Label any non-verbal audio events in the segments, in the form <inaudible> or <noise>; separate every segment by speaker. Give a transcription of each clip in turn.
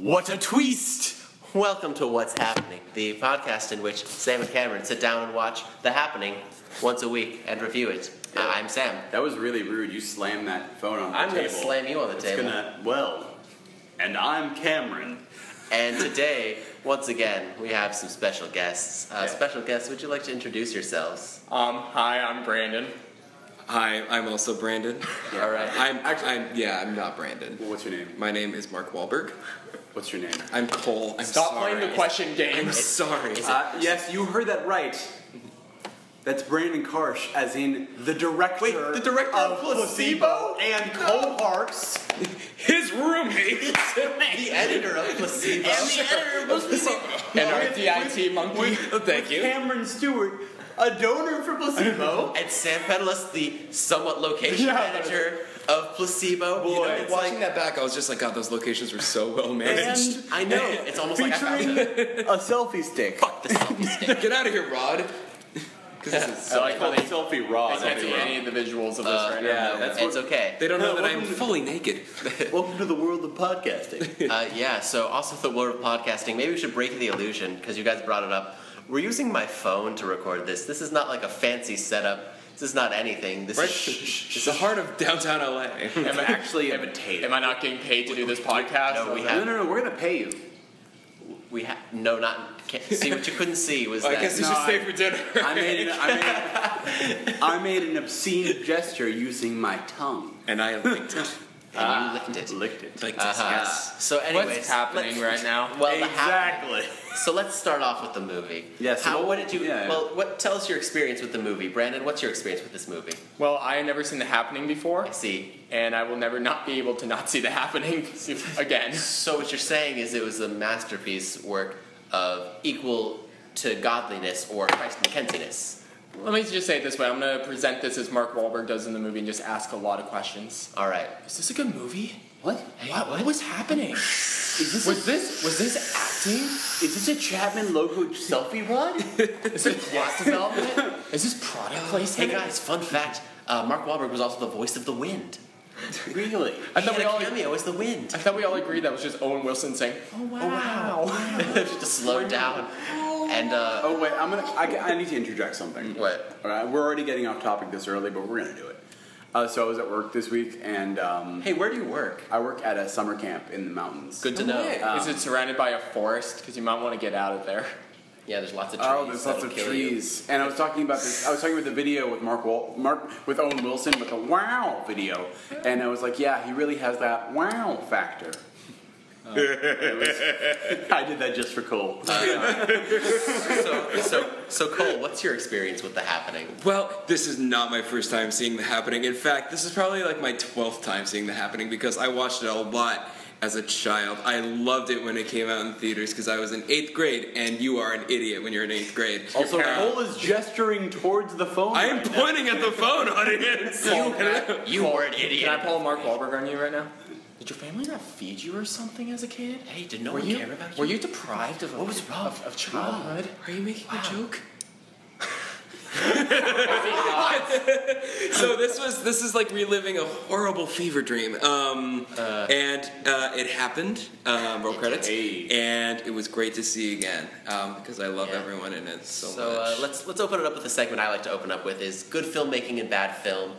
Speaker 1: What a twist! Welcome to What's Happening, the podcast in which Sam and Cameron sit down and watch The Happening once a week and review it. I- I'm Sam.
Speaker 2: That was really rude. You slammed that phone on the
Speaker 1: I'm
Speaker 2: table.
Speaker 1: gonna slam you on the
Speaker 2: It's
Speaker 1: table.
Speaker 2: gonna- well, and I'm Cameron.
Speaker 1: And today, once again, we have some special guests. Uh,
Speaker 2: Yeah.
Speaker 1: Special guests, would you like to introduce yourselves?
Speaker 3: Um, hi, I'm Brandon.
Speaker 4: Hi, I'm also Brandon.
Speaker 3: <laughs>
Speaker 1: All right.
Speaker 4: I'm, I'm yeah, I'm not Brandon.
Speaker 2: Well, What's your name?
Speaker 4: My name is Mark Wahlberg.
Speaker 2: What's your name?
Speaker 4: I'm Cole. I'm
Speaker 3: Stop
Speaker 4: sorry.
Speaker 3: playing the question game. <laughs>
Speaker 4: I'm sorry.
Speaker 2: Uh, yes, you heard that right. That's Brandon Karsh, as in the director. Wait,
Speaker 4: the director of
Speaker 2: Placebo and Cole Parks.
Speaker 4: His roommate.
Speaker 1: The editor of Placebo.
Speaker 3: And our DIT monkey.
Speaker 4: oh, Thank you.
Speaker 2: Cameron Stewart, a donor for Placebo.
Speaker 1: and Sam Pedalis, the somewhat location
Speaker 3: Yeah.
Speaker 1: editor of Placebo. You know,
Speaker 2: Boy.
Speaker 1: it's like-
Speaker 4: Watching that back, I was just like, God, those locations were so well
Speaker 2: <laughs>
Speaker 4: managed.
Speaker 2: and
Speaker 1: I know. It's almost like I found
Speaker 2: featuring
Speaker 1: it. <laughs>
Speaker 2: a selfie stick.
Speaker 1: Fuck the selfie stick.
Speaker 4: Get out of here, Rod. 'Cause this is-
Speaker 3: So I
Speaker 2: Call it selfie raw.
Speaker 3: I can't see any of the visuals of this
Speaker 1: Uh,
Speaker 3: right
Speaker 2: yeah,
Speaker 4: Oh,
Speaker 3: now.
Speaker 2: that's
Speaker 1: It's
Speaker 2: what-
Speaker 1: okay.
Speaker 4: <laughs> they don't know
Speaker 2: No,
Speaker 4: that I'm
Speaker 2: wasn't-
Speaker 4: fully naked.
Speaker 2: Welcome to the world of <laughs> podcasting.
Speaker 1: Uh, yeah, so also the world of podcasting. Maybe we should break the illusion because you guys brought it up. We're using my phone to record this. This is not like a fancy setup. This is not anything. This
Speaker 4: Right?
Speaker 1: is shh,
Speaker 4: <laughs> It's the heart of downtown LA.
Speaker 3: Am I
Speaker 2: actually
Speaker 3: am,
Speaker 2: imitative.
Speaker 3: Am I not getting paid to do this podcast?
Speaker 1: no, we
Speaker 2: no, no, no. We're gonna pay you.
Speaker 1: we ha- no not can't, see what you couldn't see
Speaker 4: <laughs>
Speaker 1: was
Speaker 4: I
Speaker 1: that
Speaker 4: guess you
Speaker 2: No,
Speaker 4: should
Speaker 2: I-
Speaker 4: stay for dinner.
Speaker 2: I made, an, I, made, I made an obscene gesture using my tongue.
Speaker 4: <laughs> and I licked it.
Speaker 1: and you licked it.
Speaker 2: Licked it.
Speaker 4: Licked it.
Speaker 1: Uh-huh.
Speaker 4: Yes.
Speaker 1: So anyways,
Speaker 3: What's happening
Speaker 1: let's-
Speaker 3: right now?
Speaker 1: Well, the hap-
Speaker 2: exactly.
Speaker 1: so let's start off with the movie.
Speaker 2: Yeah, so
Speaker 1: How?
Speaker 2: what-
Speaker 1: What did you?
Speaker 2: yeah.
Speaker 1: Well, what? Tell us your experience with the movie, Brandon. What's your experience with this movie?
Speaker 3: Well, I had never seen The Happening before,
Speaker 1: I see.
Speaker 3: and I will never not be able to not see The Happening <laughs> again.
Speaker 1: So what you're saying is it was a masterpiece work of equal to godliness or Christ McKenzie-ness.
Speaker 3: Let me just say it this way. I'm going to present this as Mark Wahlberg does in the movie and just ask a lot of questions.
Speaker 1: All right.
Speaker 3: <laughs> Is this a good movie?
Speaker 2: What?
Speaker 3: What, what was happening? was this was this acting?
Speaker 2: Is this a Chapman logo selfie rod?
Speaker 3: Is this plot development? <laughs> Is this product
Speaker 1: Hey
Speaker 3: placement?
Speaker 1: guys, fun fact: uh, Mark Wahlberg was also the voice of the wind.
Speaker 2: really?
Speaker 3: I
Speaker 1: He had
Speaker 3: thought, we
Speaker 1: a
Speaker 3: all,
Speaker 1: cameo as the wind.
Speaker 3: I thought we all agreed that was just Owen Wilson saying, "Oh wow!"
Speaker 1: <laughs> Just slowed down and uh,
Speaker 2: Oh wait, I'm gonna. I, I need to interject something.
Speaker 1: What?
Speaker 2: All right, we're already getting off topic this early, but we're gonna do it. Uh, so I was at work this week, and um,
Speaker 1: hey, where do you work?
Speaker 2: I work at a summer camp in the mountains.
Speaker 3: Oh,
Speaker 1: Good to know.
Speaker 3: Is it surrounded by a forest? Because you might want to get out of there.
Speaker 1: Yeah, there's lots of trees.
Speaker 2: Oh, there's lots
Speaker 1: that'll
Speaker 2: of
Speaker 1: kill you.
Speaker 2: trees, and I was talking about this. I was talking about the video with Mark Wal- Mark with Owen Wilson with the wow video, and I was like, yeah, he really has that wow factor. <laughs>
Speaker 1: Oh,
Speaker 2: I did that just for Cole.
Speaker 1: Uh, So, so, so Cole, what's your experience with the happening?
Speaker 4: Well, this is not my first time seeing The Happening. In fact, this is probably like my 12th time seeing The Happening because I watched it a lot as a child. I loved it when it came out in theaters because I was in 8th grade, and you are an idiot when you're in 8th grade.
Speaker 2: also,
Speaker 4: Uh,
Speaker 2: Cole is gesturing towards the phone.
Speaker 4: <laughs> I am
Speaker 2: right now.
Speaker 4: pointing at the phone, audience!
Speaker 3: Can I-
Speaker 1: <laughs> You were an idiot.
Speaker 3: Can I pull a Mark Wahlberg on you right now? Did your family not feed you or something as a kid?
Speaker 1: Hey, did no
Speaker 3: were
Speaker 1: one
Speaker 3: you
Speaker 1: care about you?
Speaker 3: were you deprived of what was wrong of, of childhood?
Speaker 4: Are you making a joke? <laughs> so this was this is like reliving a horrible fever dream. Um, and uh, it happened. Um, roll credits,
Speaker 2: Hey.
Speaker 4: and it was great to see again um, because I love
Speaker 1: Yeah.
Speaker 4: everyone in it so,
Speaker 1: So uh,
Speaker 4: much.
Speaker 1: let's let's open it up with the segment I like to open up with is good filmmaking and bad film.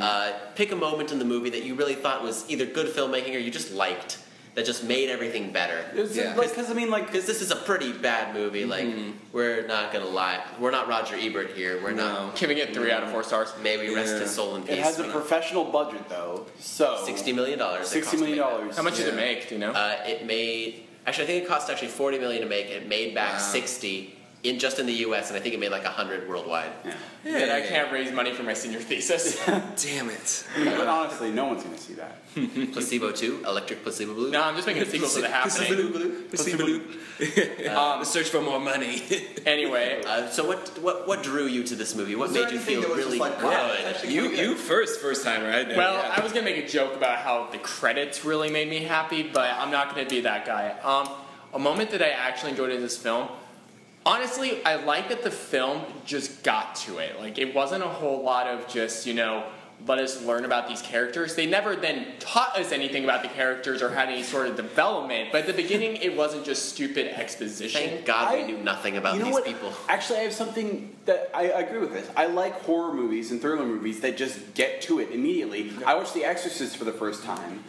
Speaker 1: Uh, pick a moment in the movie that you really thought was either good filmmaking or you just liked that just made everything better.
Speaker 2: Because
Speaker 4: Yeah.
Speaker 2: I mean, like,
Speaker 1: Because this is a pretty bad movie. Like we're not gonna lie, we're not Roger Ebert here. We're
Speaker 4: No.
Speaker 1: not.
Speaker 3: Giving it three out of four stars.
Speaker 1: May we rest
Speaker 4: Yeah.
Speaker 1: his soul in
Speaker 2: it
Speaker 1: peace.
Speaker 2: has a professional budget though, so
Speaker 1: Sixty million dollars.
Speaker 2: Sixty million dollars.
Speaker 3: How much did
Speaker 4: Yeah.
Speaker 3: it make? Do you know?
Speaker 1: Uh, it made actually I think it cost actually forty million to make. It made back
Speaker 4: Wow.
Speaker 1: sixty in just in the U.S. and I think it made like hundred worldwide.
Speaker 2: Yeah.
Speaker 3: That I
Speaker 4: Hey.
Speaker 3: can't raise money for my senior thesis. <laughs>
Speaker 4: Damn it!
Speaker 2: But honestly, no one's gonna see that.
Speaker 1: placebo two, electric placebo blue.
Speaker 3: no, I'm just making a sequel
Speaker 4: <laughs>
Speaker 3: to the happening.
Speaker 4: Um, <laughs> search for more money.
Speaker 3: Anyway,
Speaker 1: Uh, so what what what drew you to this movie? What
Speaker 2: there
Speaker 1: made you
Speaker 2: anything
Speaker 1: feel
Speaker 2: that was
Speaker 1: really
Speaker 2: just like,
Speaker 1: good?
Speaker 2: wow, that's actually-
Speaker 4: you you first first time right?
Speaker 3: Well, I was gonna make a joke about how the credits really made me happy, but I'm not gonna be that guy. Um, a moment that I actually enjoyed in this film, honestly, I like that the film just got to it. Like it wasn't a whole lot of just you know let us learn about these characters. They never then taught us anything about the characters or had any sort of development. But at the beginning, it wasn't just stupid exposition.
Speaker 1: Thank God we
Speaker 2: I-
Speaker 1: knew nothing about
Speaker 2: you know
Speaker 1: these
Speaker 2: what?
Speaker 1: people.
Speaker 2: Actually, I have something that I, I agree with this. I like horror movies and thriller movies that just get to it immediately. I watched The Exorcist for the first time.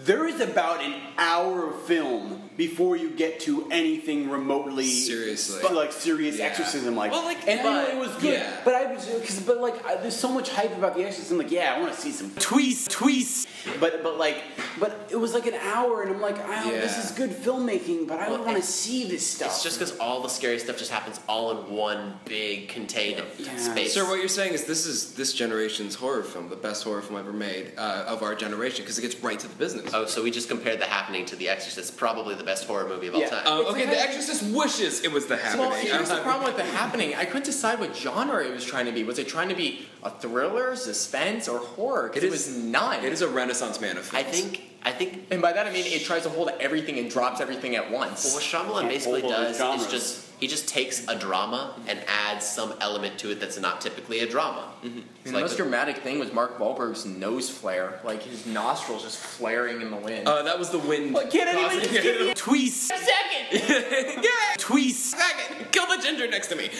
Speaker 2: There is about an hour of film before you get to anything remotely
Speaker 4: Seriously.
Speaker 2: but, like serious
Speaker 4: Yeah.
Speaker 2: exorcism. Like,
Speaker 1: Well, like,
Speaker 2: and I
Speaker 1: but-
Speaker 2: know it was good,
Speaker 4: yeah.
Speaker 2: but I was because but like I, there's so much hype about The Exorcist. I'm like, yeah, I want to see some tweets, tweets. But but like but it was like an hour, and I'm like, oh, this
Speaker 4: Yeah.
Speaker 2: is good filmmaking, but I
Speaker 1: Well,
Speaker 2: don't want to
Speaker 1: it's-
Speaker 2: see this stuff.
Speaker 1: It's just because all the scary stuff just happens all in one big contained
Speaker 2: Yeah.
Speaker 1: space.
Speaker 4: Sir, what you're saying is this is this generation's horror film, the best horror film ever made uh, of our generation, because it gets right to the business.
Speaker 1: oh, so we just compared The Happening to The Exorcist, probably the best horror movie of all
Speaker 2: Yeah.
Speaker 1: time.
Speaker 4: Um,
Speaker 3: It's
Speaker 4: okay,
Speaker 3: like-
Speaker 4: The Exorcist wishes it was The Happening.
Speaker 3: Well, here's
Speaker 4: I'm <laughs>
Speaker 3: the
Speaker 4: not-
Speaker 3: problem with the happening. I couldn't decide what genre it was trying to be. Was it trying to be a thriller, suspense, or horror? 'Cause
Speaker 4: It
Speaker 3: it,
Speaker 4: is-
Speaker 3: was none.
Speaker 4: It is a Renaissance man of
Speaker 1: I
Speaker 4: films.
Speaker 1: think I think
Speaker 3: and by that I mean it tries to hold everything and drops everything at
Speaker 1: Well,
Speaker 3: once.
Speaker 1: what Shyamalan
Speaker 2: Can't
Speaker 1: basically
Speaker 2: hold all these
Speaker 1: does is
Speaker 2: genres.
Speaker 1: just he just takes a drama and adds some element to it that's not typically a drama.
Speaker 2: Mm-hmm.
Speaker 1: It's
Speaker 3: the
Speaker 1: like
Speaker 3: most dramatic thing was Mark Wahlberg's nose flare, like his nostrils just flaring in the wind.
Speaker 4: Uh, that was the wind.
Speaker 2: But can't anyone just give me a-
Speaker 4: tweets?
Speaker 3: second,
Speaker 4: <laughs> yeah, tweets. Kill the ginger next to me.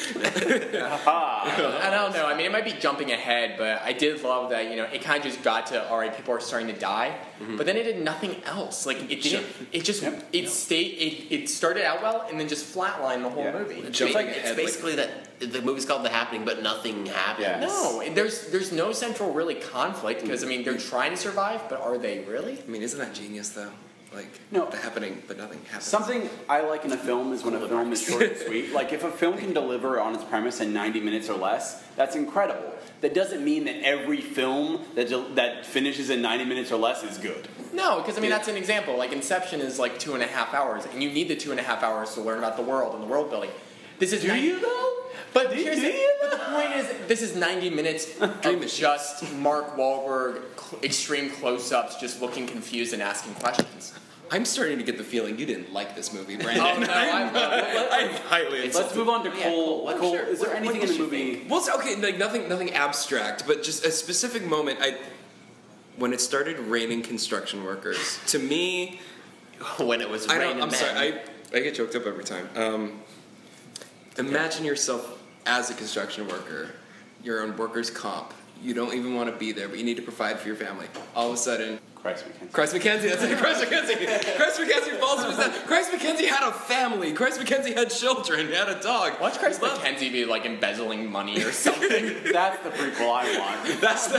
Speaker 2: Ah.
Speaker 3: I don't know. I mean, it might be jumping ahead, but I did love that. You know, it kind of just got to all right. People are starting to die, but then it did nothing else. Like it didn't.
Speaker 4: Sure.
Speaker 3: It just it stayed. It, it started out well and then just flatlined the whole
Speaker 2: Yeah.
Speaker 3: movie.
Speaker 1: it's,
Speaker 4: jumping
Speaker 1: ba- it's
Speaker 4: ahead, like-
Speaker 1: basically that the movie's called The Happening, but nothing happened.
Speaker 2: Yeah.
Speaker 3: No, and there's there's no central really conflict because I mean they're trying to survive, but are they really?
Speaker 4: I mean, isn't that genius though? Like
Speaker 2: No.
Speaker 4: The Happening, but nothing happens.
Speaker 2: Something I like in a film is when a film is short and sweet. Like if a film can deliver on its premise in 90 minutes or less, that's incredible. That doesn't mean that every film that del- that finishes in 90 minutes or less is good.
Speaker 3: No, because I mean that's an example. Like Inception is like two and a half hours, and you need the two and a half hours to learn about the world and the world building. This is
Speaker 2: Do you though?
Speaker 3: But
Speaker 2: Do-
Speaker 3: here's
Speaker 2: do
Speaker 3: the,
Speaker 2: you?
Speaker 3: but the point is, this is 90 <laughs> minutes
Speaker 4: Dream
Speaker 3: of
Speaker 4: machine.
Speaker 3: just Mark Wahlberg cl- extreme close-ups, just looking confused and asking <laughs> questions.
Speaker 4: I'm starting to get the feeling you didn't like this <laughs> movie,
Speaker 3: Oh
Speaker 4: Brandon.
Speaker 3: no, I love
Speaker 4: I'm highly insulted.
Speaker 2: Let's move on to Cole.
Speaker 1: yeah,
Speaker 2: Cole,
Speaker 1: Cole, what- sure.
Speaker 2: is there
Speaker 1: What-
Speaker 2: anything
Speaker 1: what
Speaker 2: in the
Speaker 1: did you
Speaker 2: movie?
Speaker 4: Well, it's okay, like nothing, nothing abstract, but just a specific moment. I, when it started raining construction workers, to me,
Speaker 1: <laughs> when it was
Speaker 4: I
Speaker 1: raining
Speaker 4: don't. I'm
Speaker 1: men.
Speaker 4: sorry, I, I get choked up every time. Um, imagine yourself as a construction worker. You're on workers' comp. You don't even want to be there, but you need to provide for your family. All of a sudden,
Speaker 2: Christ, we can't.
Speaker 4: Christ McKenzie, that's it, <laughs> Christ McKenzie. Christ McKenzie falls to his death. Christ McKenzie had a family. Christ McKenzie had children. He had a dog.
Speaker 3: Watch Chris
Speaker 4: Love-
Speaker 3: McKenzie be like embezzling money <laughs> or something.
Speaker 2: That's the prequel I want.
Speaker 4: That's the,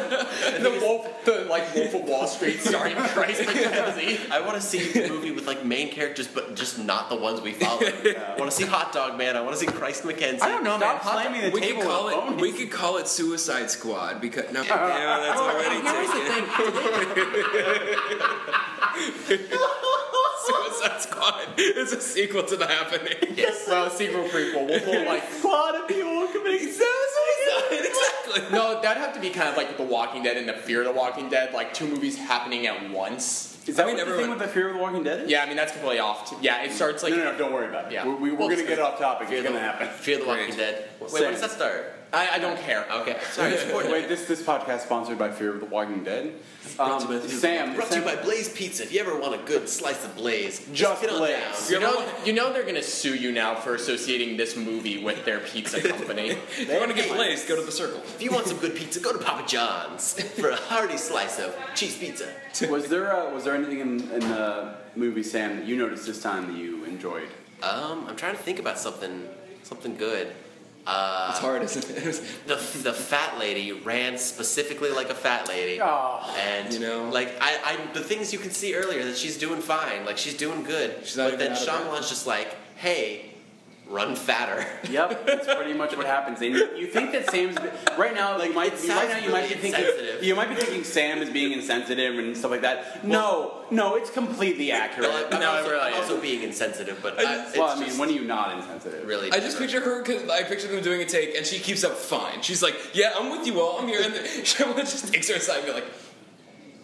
Speaker 3: the wolf, the like Wolf of Wall Street starring Chris McKenzie.
Speaker 1: I want to see a movie with like main characters, but just not the ones we <laughs> follow. I want to see Hot Dog Man. I want to see Christ McKenzie.
Speaker 3: I don't know, man.
Speaker 2: Stop
Speaker 3: Hot
Speaker 2: slamming the
Speaker 4: we
Speaker 2: table.
Speaker 4: could call
Speaker 2: with
Speaker 4: it
Speaker 2: phones.
Speaker 4: we could call it Suicide Squad because no, yeah, that's already taken. <laughs> Suicide Squad is a sequel to The Happening.
Speaker 1: Yes.
Speaker 3: Well, sequel prequel. We'll pull like.
Speaker 2: <laughs> Squad of people committing suicide.
Speaker 4: exactly.
Speaker 3: No, that'd have to be kind of like The Walking Dead and The Fear of the Walking Dead, like two movies happening at once.
Speaker 2: Is that
Speaker 4: I mean,
Speaker 2: what the
Speaker 4: everyone-
Speaker 2: thing with the Fear of the Walking Dead? Is?
Speaker 3: Yeah, I mean that's completely off. t- yeah, it starts like
Speaker 2: No, no, no, don't worry about it.
Speaker 3: Yeah.
Speaker 2: We're, we, we're
Speaker 3: We'll
Speaker 2: gonna
Speaker 3: discuss
Speaker 2: get off topic. It's
Speaker 1: the-
Speaker 2: gonna happen.
Speaker 1: Fear the Walking
Speaker 4: Great.
Speaker 1: Dead. Wait,
Speaker 2: Same.
Speaker 1: when does that start?
Speaker 3: I, I don't care.
Speaker 1: Okay, sorry.
Speaker 2: <laughs> Wait, this this podcast sponsored by Fear of the Walking Dead. Um,
Speaker 1: Brought to you by-
Speaker 2: Sam,
Speaker 1: Brought to you
Speaker 2: Sam
Speaker 1: by Blaze Pizza. If you ever want a good slice of Blaze,
Speaker 2: Just
Speaker 1: get on
Speaker 2: Blaze.
Speaker 1: down.
Speaker 3: You know, you know they're gonna sue you now for associating this movie with their pizza company.
Speaker 4: If you want to get blazed, go to the circle.
Speaker 1: If you want some good pizza, go to Papa John's <laughs> for a hearty slice of cheese pizza.
Speaker 2: was <laughs> there uh, was there anything in, in the movie Sam that you noticed this time that you enjoyed?
Speaker 1: Um, I'm trying to think about something, something good. Uh,
Speaker 4: It's hard, isn't it? <laughs>
Speaker 1: the the fat lady ran specifically like a fat lady,
Speaker 2: Oh.
Speaker 1: and
Speaker 4: You know.
Speaker 1: like I, I, the things you can see earlier that she's doing fine, like she's doing good.
Speaker 4: She's not
Speaker 1: but then
Speaker 4: even out of
Speaker 1: Shyamalan's just like, hey, run
Speaker 2: <laughs>
Speaker 1: fatter.
Speaker 2: Yep, that's pretty much what happens. And you think that Sam's right now? Like, you might
Speaker 1: it
Speaker 2: you, right now
Speaker 1: sounds
Speaker 2: you might be
Speaker 1: really
Speaker 2: thinking
Speaker 1: insensitive.
Speaker 2: you might be thinking Sam is being insensitive and stuff like that. no, no, it's completely <laughs> accurate.
Speaker 1: I'm,
Speaker 3: No, it
Speaker 1: also,
Speaker 3: really
Speaker 1: I'm also
Speaker 3: is.
Speaker 1: being insensitive, but I,
Speaker 4: I-
Speaker 1: it's
Speaker 2: well, I mean,
Speaker 1: just
Speaker 2: when are you not insensitive?
Speaker 1: really.
Speaker 4: I just picture her. 'cause I picture them doing a take, and she keeps up fine. She's like, "Yeah, I'm with you all. I'm here." And then <laughs> Shyamalan just takes her aside and be like,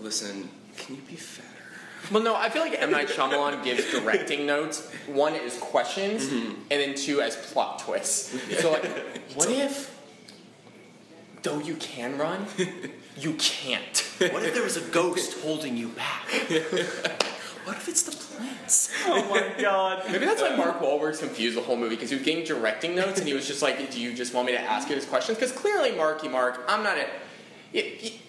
Speaker 4: "Listen, can you be fatter?"
Speaker 3: <laughs> well, no, I feel like M Night Shyamalan gives directing notes. One is questions, <laughs> and then two as plot twists. So like, what if though you can run, you can't.
Speaker 1: <laughs> What if there was a ghost holding you
Speaker 4: <laughs>
Speaker 1: back?
Speaker 4: What if it's the plants?
Speaker 3: Oh my god. Maybe that's why Mark Wahlberg's confused the whole movie because he was getting directing notes and he was just like, "Do you just want me to ask you these questions?" Because clearly, Marky Mark, I'm not a. He,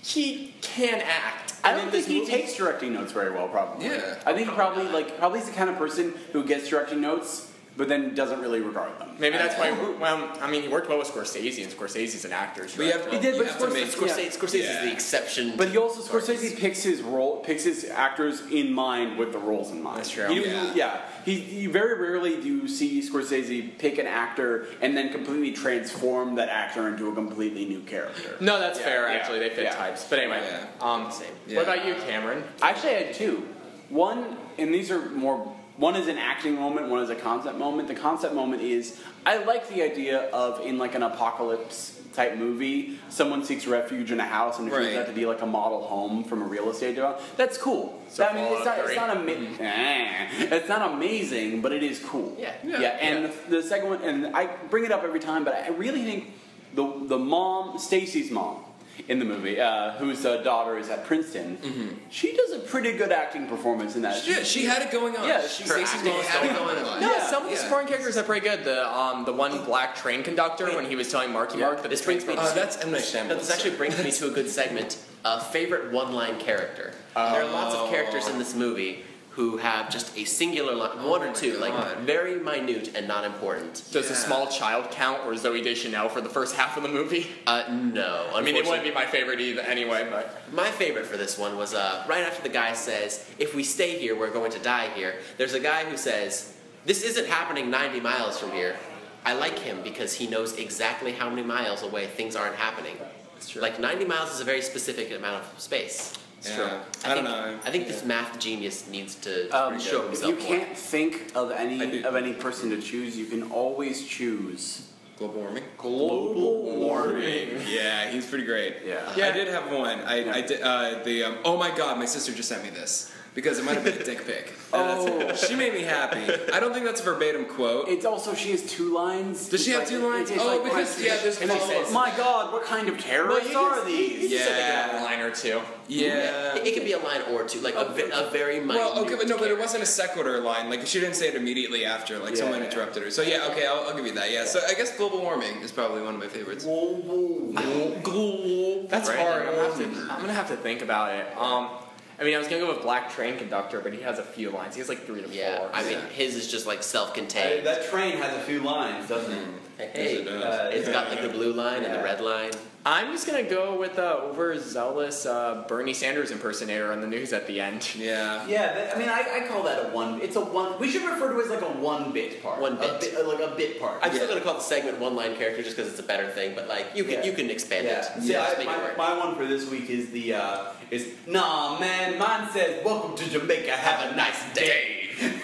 Speaker 3: he can act.
Speaker 2: I
Speaker 3: And
Speaker 2: don't
Speaker 3: in
Speaker 2: think
Speaker 3: this
Speaker 2: he
Speaker 3: movie-
Speaker 2: takes directing notes very well. Probably.
Speaker 4: Yeah.
Speaker 2: I think he probably like probably is the kind of person who gets directing notes, but then doesn't really regard them.
Speaker 3: Maybe that's why. Well, I mean, he worked well with Scorsese, and Scorsese's an actor. so
Speaker 4: We have
Speaker 2: He did,
Speaker 4: you
Speaker 2: but
Speaker 4: have
Speaker 2: Scorsese-
Speaker 4: to make
Speaker 1: Scorsese,
Speaker 2: Yeah.
Speaker 1: Scorsese
Speaker 4: Yeah.
Speaker 1: is the exception.
Speaker 2: But he also Scorsese picks his role, picks his actors in mind with the roles in mind.
Speaker 3: That's true.
Speaker 2: He-
Speaker 4: Yeah.
Speaker 2: He, he very rarely do you see Scorsese pick an actor and then completely transform that actor into a completely new character.
Speaker 3: No, that's fair.
Speaker 2: yeah,
Speaker 3: Actually, they fit
Speaker 2: yeah.
Speaker 3: types. But anyway,
Speaker 4: Yeah.
Speaker 3: um,
Speaker 4: Yeah.
Speaker 3: What about you, Cameron?
Speaker 2: Actually, I had two. One, and these are more. One is an acting moment. One is a concept moment. The concept moment is I like the idea of in like an apocalypse type movie, someone seeks refuge in a house, and it turns
Speaker 4: Right.
Speaker 2: out to be like a model home from a real estate development. That's cool.
Speaker 3: So
Speaker 2: I mean, it's
Speaker 3: Fallout
Speaker 2: not, it's
Speaker 3: 3.
Speaker 2: not ama- <laughs> Eh, it's not amazing, but it is cool.
Speaker 3: Yeah.
Speaker 2: yeah.
Speaker 3: Yeah.
Speaker 2: And The, the second one, and I bring it up every time, but I really think the the mom, Stacy's mom, in the movie, uh, whose uh, daughter is at Princeton, she does a pretty good acting performance in that.
Speaker 4: Mm-hmm. She, she had it going on.
Speaker 2: Yeah,
Speaker 4: she
Speaker 2: her
Speaker 4: Stacey's
Speaker 1: acting
Speaker 4: mom
Speaker 1: is
Speaker 4: had
Speaker 1: so
Speaker 4: it going
Speaker 1: good.
Speaker 4: on.
Speaker 3: No,
Speaker 2: Yeah,
Speaker 3: some of the
Speaker 4: yeah.
Speaker 3: supporting characters are pretty good. The um, the one black train conductor when he was telling Marky Mark that
Speaker 1: This
Speaker 3: the trains
Speaker 1: brings me
Speaker 3: were-
Speaker 4: Uh, that's M Night Shyamalan.
Speaker 1: No, this actually brings me to a good segment. Uh, favorite one-line character.
Speaker 3: Oh.
Speaker 1: there are lots of characters in this movie who have just a singular line,
Speaker 3: Oh
Speaker 1: one or
Speaker 4: my
Speaker 1: two, like
Speaker 4: God.
Speaker 1: very minute and not important.
Speaker 3: Does the
Speaker 4: Yeah.
Speaker 3: small child count or Zoe Deschanel for the first half of the movie?
Speaker 1: Uh, no,
Speaker 3: I mean, it wouldn't
Speaker 1: unfortunately.
Speaker 3: be my favorite either, anyway. But
Speaker 1: My favorite for this one was uh, right after the guy says, "If we stay here, we're going to die here." There's a guy who says, "This isn't happening 90 miles from here." I like him because he knows exactly how many miles away things aren't happening.
Speaker 3: That's true.
Speaker 1: Like 90 miles is a very specific amount of space.
Speaker 4: Yeah.
Speaker 1: I,
Speaker 4: I
Speaker 1: think,
Speaker 4: don't know.
Speaker 1: I think this math genius needs to
Speaker 2: Um,
Speaker 1: show
Speaker 2: if
Speaker 1: himself
Speaker 2: you
Speaker 1: more.
Speaker 2: can't think of
Speaker 4: I
Speaker 2: any
Speaker 4: do.
Speaker 2: of any person to choose, you can always choose
Speaker 4: Global warming.
Speaker 2: global warming.
Speaker 4: Yeah, he's pretty great.
Speaker 2: Yeah.
Speaker 4: I did have one. I,
Speaker 2: Yeah.
Speaker 4: I did uh, the um, oh my god, my sister just sent me this because it might have been a dick pic.
Speaker 2: Oh.
Speaker 4: she made me happy. I don't think that's a verbatim quote.
Speaker 2: It's also she has two lines.
Speaker 4: Does she
Speaker 2: It's
Speaker 4: have two lines?
Speaker 2: it's
Speaker 4: Oh, because, yeah, there's
Speaker 2: and she
Speaker 4: follow-ups.
Speaker 2: says, My God, what kind of terrorists are these?
Speaker 4: Yeah.
Speaker 3: a line or two.
Speaker 4: yeah.
Speaker 1: It, it can be a line or two, like a, ve- a very minute.
Speaker 4: well, okay, but no, but it wasn't a sequitur line. Like she didn't say it immediately after. Like
Speaker 2: Yeah.
Speaker 4: someone interrupted her. So yeah, okay, I'll, I'll give you that. Yeah. So I guess global warming is probably one of my favorites.
Speaker 3: That's
Speaker 4: Right.
Speaker 3: hard. I'm gonna, have to, I'm gonna have to think about it. Um, I mean, I was gonna go with Black Train Conductor, but he has a few lines. He has like three to
Speaker 1: Yeah,
Speaker 3: four.
Speaker 1: I mean,
Speaker 4: Yeah.
Speaker 1: his is just like
Speaker 5: Hey, Mm.
Speaker 1: self-contained.
Speaker 5: that train has a few lines, doesn't it?
Speaker 1: Hey, uh,
Speaker 4: Yes, it
Speaker 5: does.
Speaker 1: it's got like the blue line and the
Speaker 5: Yeah.
Speaker 1: red line.
Speaker 3: I'm just gonna go with uh, overzealous uh, Bernie Sanders impersonator on the news at the end. <laughs>
Speaker 4: Yeah.
Speaker 5: Yeah, that, I mean, I, I call that a one. It's a one. We should refer to it as like a one bit part.
Speaker 1: One
Speaker 5: A
Speaker 1: bit.
Speaker 5: bi- uh, like a bit part.
Speaker 1: I'm still
Speaker 4: Yeah.
Speaker 1: gonna call the segment one line character just because it's a better thing, but like you can
Speaker 5: Yeah.
Speaker 1: you can expand
Speaker 5: yeah.
Speaker 1: it.
Speaker 5: See,
Speaker 1: Yeah,
Speaker 5: I,
Speaker 1: just make it
Speaker 5: my,
Speaker 1: work.
Speaker 5: my one for this week is the uh, is Nah, man. Mine says, "Welcome to Jamaica. Have a nice day." <laughs>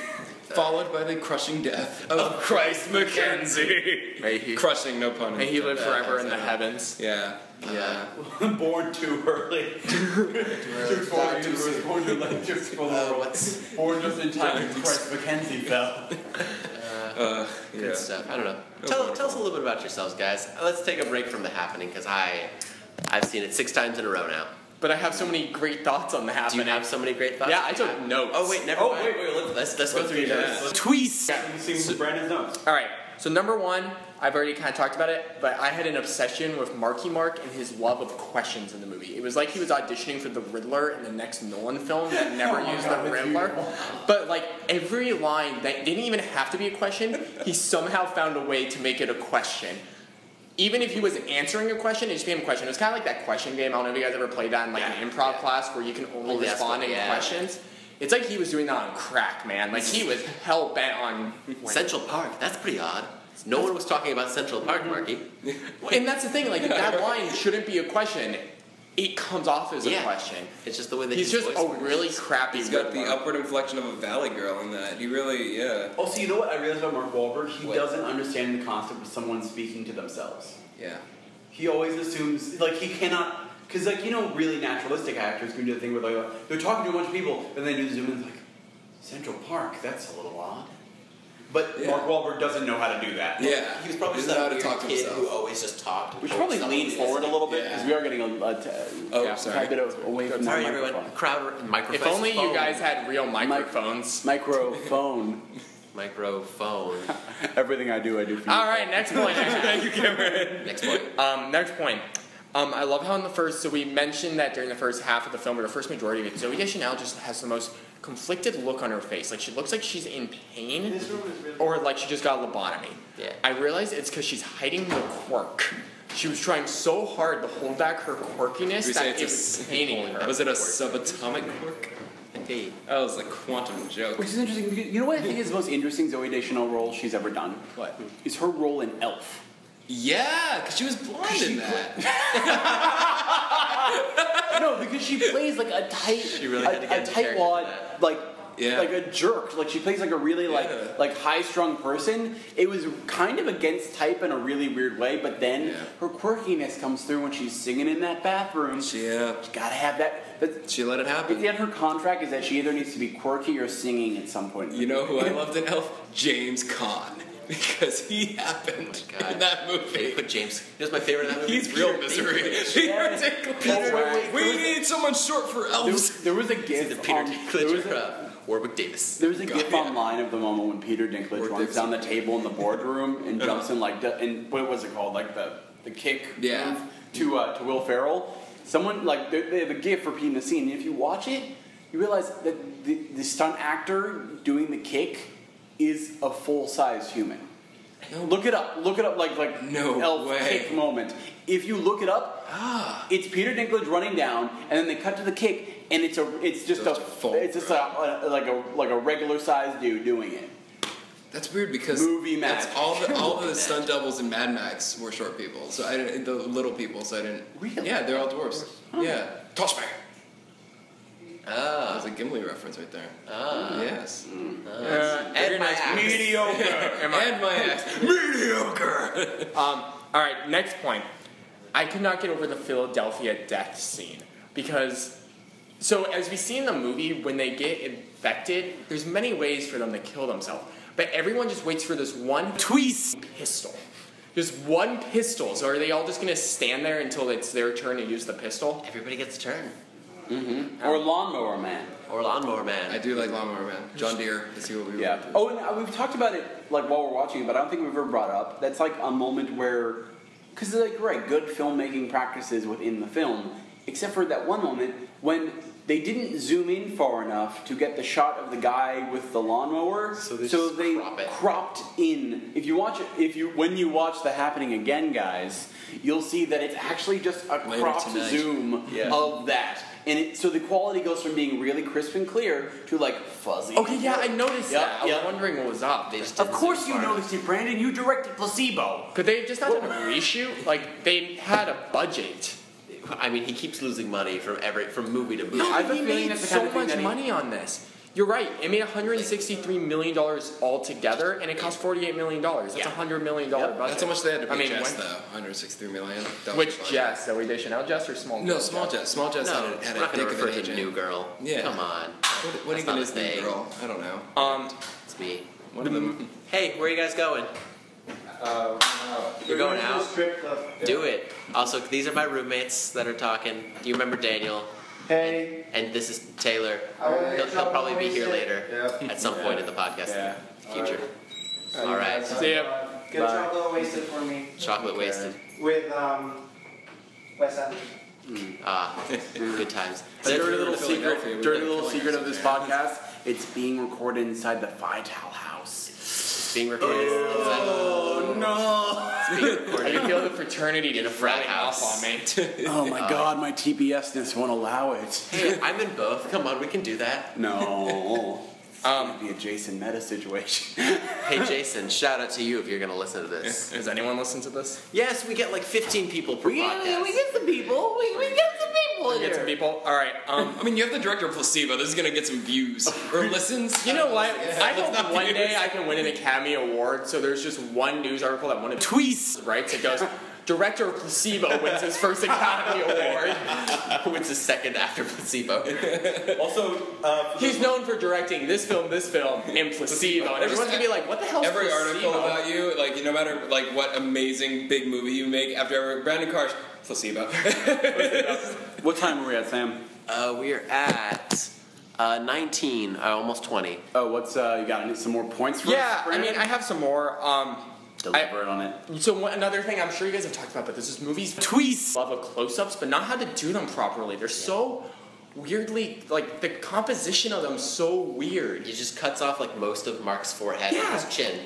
Speaker 4: Followed by the crushing death of,
Speaker 1: Oh,
Speaker 4: Christ
Speaker 1: <laughs>
Speaker 4: Mackenzie.
Speaker 3: May he,
Speaker 4: crushing, no pun.
Speaker 3: may he
Speaker 4: intended.
Speaker 3: live forever in the
Speaker 4: Yeah.
Speaker 3: heavens.
Speaker 4: Yeah.
Speaker 1: Yeah.
Speaker 5: born too early. <laughs> Too Um, far
Speaker 4: Too
Speaker 5: universe, born too late, <laughs> just for the
Speaker 1: Uh,
Speaker 5: world.
Speaker 1: what's
Speaker 5: Born just in time. when Christ Mackenzie <laughs> fell.
Speaker 4: Uh,
Speaker 1: good
Speaker 4: yeah.
Speaker 1: stuff? I don't know.
Speaker 4: Oh,
Speaker 1: Tell,
Speaker 4: wonderful.
Speaker 1: tell us a little bit about yourselves, guys. Let's take a break from the happening because I I've seen it six times in a row now.
Speaker 3: But I have so many great thoughts on the
Speaker 1: Do you
Speaker 3: happening.
Speaker 1: have so many great thoughts?
Speaker 3: yeah, I took notes.
Speaker 1: Oh wait, never
Speaker 5: Oh,
Speaker 1: mind.
Speaker 5: wait, wait, let's-
Speaker 1: let's let's go
Speaker 5: let's
Speaker 1: through
Speaker 5: do
Speaker 1: yours.
Speaker 5: that.
Speaker 3: tweets.
Speaker 5: You see Brandon's nose.
Speaker 3: All right. So number one, I've already kind of talked about it, but I had an obsession with Marky Mark and his love of questions in the movie. It was like he was auditioning for the Riddler in the next Nolan film that never used the Riddler. But like every line that didn't even have to be a question, he somehow found a way to make it a question. Even if he was answering a question, it just became a question. It was kind of like that question game. I don't know if you guys ever played that in like an improv class where you can only
Speaker 1: Only ask
Speaker 3: respond
Speaker 1: one-
Speaker 3: in
Speaker 1: yeah.
Speaker 3: questions. It's like he was doing that on crack, man. Like he was hell bent on
Speaker 1: Central Park. That's pretty odd. No one was talking about Central Park, Marky.
Speaker 3: Well, And that's the thing, like that line shouldn't be a question. It comes off as a
Speaker 1: Yeah.
Speaker 3: question.
Speaker 1: It's just the way that
Speaker 3: He's
Speaker 1: his
Speaker 3: just
Speaker 1: voice
Speaker 3: a
Speaker 1: works.
Speaker 3: really crappy.
Speaker 4: He's got the
Speaker 3: Riddler.
Speaker 4: upward inflection of a valley girl in that. He really, yeah,
Speaker 5: Also, Oh, you know what I realized about Mark Wahlberg? He
Speaker 4: What?
Speaker 5: doesn't understand the concept of someone speaking to themselves.
Speaker 4: yeah.
Speaker 5: He always assumes, like, he cannot, because, like, you know, really naturalistic actors can do the thing where they're, like, they're talking to a bunch of people, and they do the Zoom, and it's like, Central Park, that's a little odd. But
Speaker 4: Yeah.
Speaker 5: Mark Wahlberg doesn't know how to do that.
Speaker 4: Yeah.
Speaker 1: He was probably
Speaker 4: He
Speaker 1: just
Speaker 4: doesn't know how
Speaker 1: that
Speaker 4: to
Speaker 1: weird
Speaker 4: talk to
Speaker 1: kid
Speaker 4: himself.
Speaker 1: who always just talked. and
Speaker 2: We should
Speaker 1: told
Speaker 2: probably
Speaker 1: someone
Speaker 2: lean
Speaker 1: this.
Speaker 2: forward a little bit
Speaker 4: Yeah.
Speaker 2: because we are getting a, a t-
Speaker 4: Oh,
Speaker 2: yeah,
Speaker 4: sorry.
Speaker 2: tad bit of, away from the
Speaker 1: Sorry,
Speaker 2: microphone.
Speaker 1: everyone. Crowd and microphone.
Speaker 3: If only you guys had real microphones.
Speaker 2: Microphone. <laughs>
Speaker 1: microphone.
Speaker 2: Everything I do, I do for you.
Speaker 3: All right,
Speaker 1: <laughs>
Speaker 3: next point. Thank you, Cameron.
Speaker 1: Next point.
Speaker 3: Um, next point. Um, I love how in the first, so we mentioned that during the first half of the film, or the first majority of it, Zoe Deschanel just has the most conflicted look on her face. Like she looks like she's in pain, or like she just got a lobotomy.
Speaker 1: Yeah.
Speaker 3: I realize it's because she's hiding the quirk. She was trying so hard to hold back her quirkiness
Speaker 4: We say
Speaker 3: that it
Speaker 4: it's a
Speaker 3: was
Speaker 4: <laughs>
Speaker 3: paining her.
Speaker 4: Was it a subatomic quirk?
Speaker 1: Indeed.
Speaker 4: That was a quantum joke.
Speaker 2: Which is interesting. because You know what I think is the most interesting Zoe Deschanel role she's ever done?
Speaker 4: What?
Speaker 2: Is her role in Elf.
Speaker 4: Yeah, because she was blind in that.
Speaker 2: no, because she plays like a tight,
Speaker 1: She really
Speaker 2: a,
Speaker 1: had to get
Speaker 2: a
Speaker 1: into character for
Speaker 2: tightwad,
Speaker 1: that.
Speaker 2: like
Speaker 4: Yeah.
Speaker 2: like a jerk. Like she plays like a really like
Speaker 4: Yeah.
Speaker 2: like high strung person. It was kind of against type in a really weird way, but then
Speaker 4: Yeah.
Speaker 2: her quirkiness comes through when she's singing in that bathroom.
Speaker 4: She, uh,
Speaker 2: gotta have that. But
Speaker 4: she let it
Speaker 2: at the
Speaker 4: happen.
Speaker 2: end, her contract is that she either needs to be quirky or singing at some point.
Speaker 4: You know who I loved in Elf? James Caan. <laughs> Because he happened
Speaker 1: Oh my God.
Speaker 4: in that
Speaker 1: They
Speaker 4: movie.
Speaker 1: put James. You know what's my favorite in that movie?
Speaker 4: He's real misery.
Speaker 1: <laughs>
Speaker 4: Peter Dinklage. We need someone short for
Speaker 2: there,
Speaker 4: elves.
Speaker 2: there was a gif.
Speaker 1: Either <laughs> Peter
Speaker 2: on- there was
Speaker 1: Dinklage
Speaker 2: a-
Speaker 1: or uh, Warwick Davis.
Speaker 2: There was a
Speaker 4: God,
Speaker 2: gif
Speaker 4: yeah.
Speaker 2: online of the moment when Peter Dinklage
Speaker 4: Or
Speaker 2: runs
Speaker 4: Dipsy.
Speaker 2: down the table in the boardroom and jumps in like the, and what was it called like the the kick
Speaker 4: Yeah.
Speaker 2: move to uh, to Will Ferrell. Someone like they, they have a gif repeating the scene. And if you watch it, you realize that the, the stunt actor doing the kick is a full size human. Look it up. Look it up. Like like
Speaker 4: No
Speaker 2: elf
Speaker 4: way. Ah.
Speaker 2: kick moment. If you look it up, it's Peter Dinklage running down, and then they cut to the kick, and it's a it's just,
Speaker 4: Just
Speaker 2: a
Speaker 4: a full
Speaker 2: it's just a, a- like a like a regular sized dude doing it.
Speaker 4: That's weird because
Speaker 2: Movie
Speaker 4: that's
Speaker 2: magic.
Speaker 4: all the all the
Speaker 1: Movie
Speaker 4: stunt doubles in Mad Max were short people. So I didn't the little people. So I didn't.
Speaker 2: Really?
Speaker 4: Yeah, they're all dwarfs. Yeah, toss back. That
Speaker 1: Ah.
Speaker 4: was a Gimli reference right there.
Speaker 1: Ah.
Speaker 4: Yes.
Speaker 3: Uh,
Speaker 1: And my
Speaker 3: nice.
Speaker 1: ass.
Speaker 3: <laughs> Mediocre. Am I-
Speaker 4: And my ass. Mediocre.
Speaker 3: Um, all right, next point. I could not get over the Philadelphia death scene because, so as we see in the movie, when they get infected, there's many ways for them to kill themselves, but everyone just waits for this one tweeze pistol, just one pistol. So are they all just gonna stand there until it's their turn to use the pistol?
Speaker 1: Everybody gets a turn.
Speaker 2: Or lawnmower man.
Speaker 1: Or lawnmower
Speaker 4: <laughs> I
Speaker 1: man.
Speaker 4: do like Lawnmower Man. John Deere. Let's see what we
Speaker 2: Yeah. Oh, and uh, we've talked about it like while we're watching it, but I don't think we've ever brought up. That's like a moment where, because like right, good filmmaking practices within the film, except for that one moment when they didn't zoom in far enough to get the shot of the guy with the lawnmower. So
Speaker 1: they just
Speaker 2: they
Speaker 1: crop it.
Speaker 2: cropped in. If you watch it, if you when you watch the happening again, guys, you'll see that it's actually just a
Speaker 4: Later
Speaker 2: cropped
Speaker 4: tonight.
Speaker 2: zoom
Speaker 5: Yeah.
Speaker 2: of that. And it, so the quality goes from being really crisp and clear to like fuzzy.
Speaker 3: Okay, yeah, I noticed
Speaker 2: Yep,
Speaker 3: that. I
Speaker 2: yep.
Speaker 3: was wondering what was up.
Speaker 1: They just
Speaker 2: Of
Speaker 1: didn't
Speaker 2: course
Speaker 1: zoom
Speaker 2: you
Speaker 1: far enough.
Speaker 2: noticed it, Brandon. You directed Placebo.
Speaker 3: Could they have just not done a reshoot? Like they had a budget.
Speaker 1: I mean, he keeps losing money from every from movie to movie.
Speaker 3: No,
Speaker 2: I have a
Speaker 3: he
Speaker 2: feeling
Speaker 3: made
Speaker 2: that's the
Speaker 3: so
Speaker 2: kind of thing
Speaker 3: much
Speaker 2: that he-
Speaker 3: money on this. You're right. It made 163 million dollars altogether, and it cost 48 million dollars. That's a
Speaker 1: Yeah.
Speaker 3: 100 million dollar budget.
Speaker 4: That's how much they had to pay
Speaker 3: I mean,
Speaker 4: Jess,
Speaker 3: when-
Speaker 4: though. 163 million. That was
Speaker 3: Which
Speaker 4: fun.
Speaker 3: Jess? Zoe Deschanel Jess or small?
Speaker 4: No,
Speaker 3: Girl
Speaker 4: small
Speaker 3: Jess?
Speaker 4: Jess. Small Jess
Speaker 1: No,
Speaker 4: had,
Speaker 1: we're
Speaker 4: a,
Speaker 1: not
Speaker 4: had a dick
Speaker 1: gonna
Speaker 4: of
Speaker 1: refer
Speaker 4: an
Speaker 1: to
Speaker 4: agent.
Speaker 1: new girl.
Speaker 4: Yeah.
Speaker 1: Come on,
Speaker 4: What, what do you
Speaker 1: That's not
Speaker 4: think
Speaker 1: a
Speaker 4: is new
Speaker 1: thing.
Speaker 4: girl? I don't know.
Speaker 3: Um,
Speaker 1: it's me.
Speaker 4: One of them.
Speaker 1: Hey, where are you guys going? You're going out. Do it. Also, these are my roommates that are talking. Do you remember Daniel?
Speaker 6: Hey.
Speaker 1: And this is Taylor.
Speaker 6: I wanna
Speaker 1: He'll, he'll
Speaker 6: jump
Speaker 1: probably be
Speaker 6: on
Speaker 1: here
Speaker 6: shit.
Speaker 1: later
Speaker 6: Yeah.
Speaker 1: at some point in the podcast
Speaker 2: Yeah.
Speaker 1: in the future. All right.
Speaker 3: See ya.
Speaker 6: Get
Speaker 2: Bye.
Speaker 6: chocolate wasted for me
Speaker 1: Chocolate wasted.
Speaker 6: with um, Wes Anderson.
Speaker 1: Ah, good
Speaker 4: <laughs>
Speaker 1: times.
Speaker 2: Dirty little
Speaker 4: Philadelphia,
Speaker 2: secret.
Speaker 4: we
Speaker 2: Dirty
Speaker 4: got
Speaker 2: little
Speaker 4: killing
Speaker 2: secret of
Speaker 4: us
Speaker 2: this
Speaker 4: in there.
Speaker 2: podcast. It's being recorded inside the Vital House.
Speaker 1: It's being recorded.
Speaker 2: Oh no!
Speaker 1: It's being
Speaker 4: Oh,
Speaker 1: recorded.
Speaker 3: I can feel the fraternity in
Speaker 1: a frat house.
Speaker 3: on
Speaker 2: <laughs>
Speaker 3: me.
Speaker 4: <laughs>
Speaker 2: Oh my God! My TBSness won't allow it.
Speaker 1: Hey, I'm in both. Come on, we can do that.
Speaker 2: No. <laughs>
Speaker 3: Um,
Speaker 2: Be a Jason Meta situation. <laughs>
Speaker 1: Hey, Jason, shout out to you if you're going to listen to this.
Speaker 3: does anyone listen to this?
Speaker 1: Yes, we get like 15 people per podcast.
Speaker 2: get some people. We, we <laughs> get some people
Speaker 3: Get some people. All right.
Speaker 4: <laughs>
Speaker 3: Um,
Speaker 4: I mean, you have the director of Placebo. This is gonna get some <laughs> views or listens.
Speaker 3: you know what? I
Speaker 4: let's
Speaker 3: hope
Speaker 4: not
Speaker 3: one
Speaker 4: do
Speaker 3: day
Speaker 4: this.
Speaker 3: I can win an Academy Award. So there's just one news article that won a tweet, right? It goes. Director of Placebo wins his first Academy
Speaker 4: <laughs>
Speaker 3: Award.
Speaker 1: What's the second after placebo?
Speaker 5: Also, uh,
Speaker 3: He's known for directing this film, this film, and Placebo. And everyone's gonna be like, what the hell's
Speaker 4: Every
Speaker 3: placebo?
Speaker 4: article about you, like no matter like what amazing big movie you make after every Brandon Carsh placebo. <laughs>
Speaker 2: What time were we at, Sam?
Speaker 1: Uh, we are at uh, 19, uh, almost 20.
Speaker 2: Oh, what's uh, you got? Any, some more points for
Speaker 3: Yeah,
Speaker 2: us?
Speaker 3: I mean, I have some more. Um,
Speaker 2: deliberate on it.
Speaker 3: So one, another thing I'm sure you guys have talked about, but this is movies tweets love of close-ups, but not how to do them properly. They're so weirdly like the composition of them so weird.
Speaker 1: He just cuts off like most of Mark's forehead and
Speaker 3: Yeah.
Speaker 1: his chin.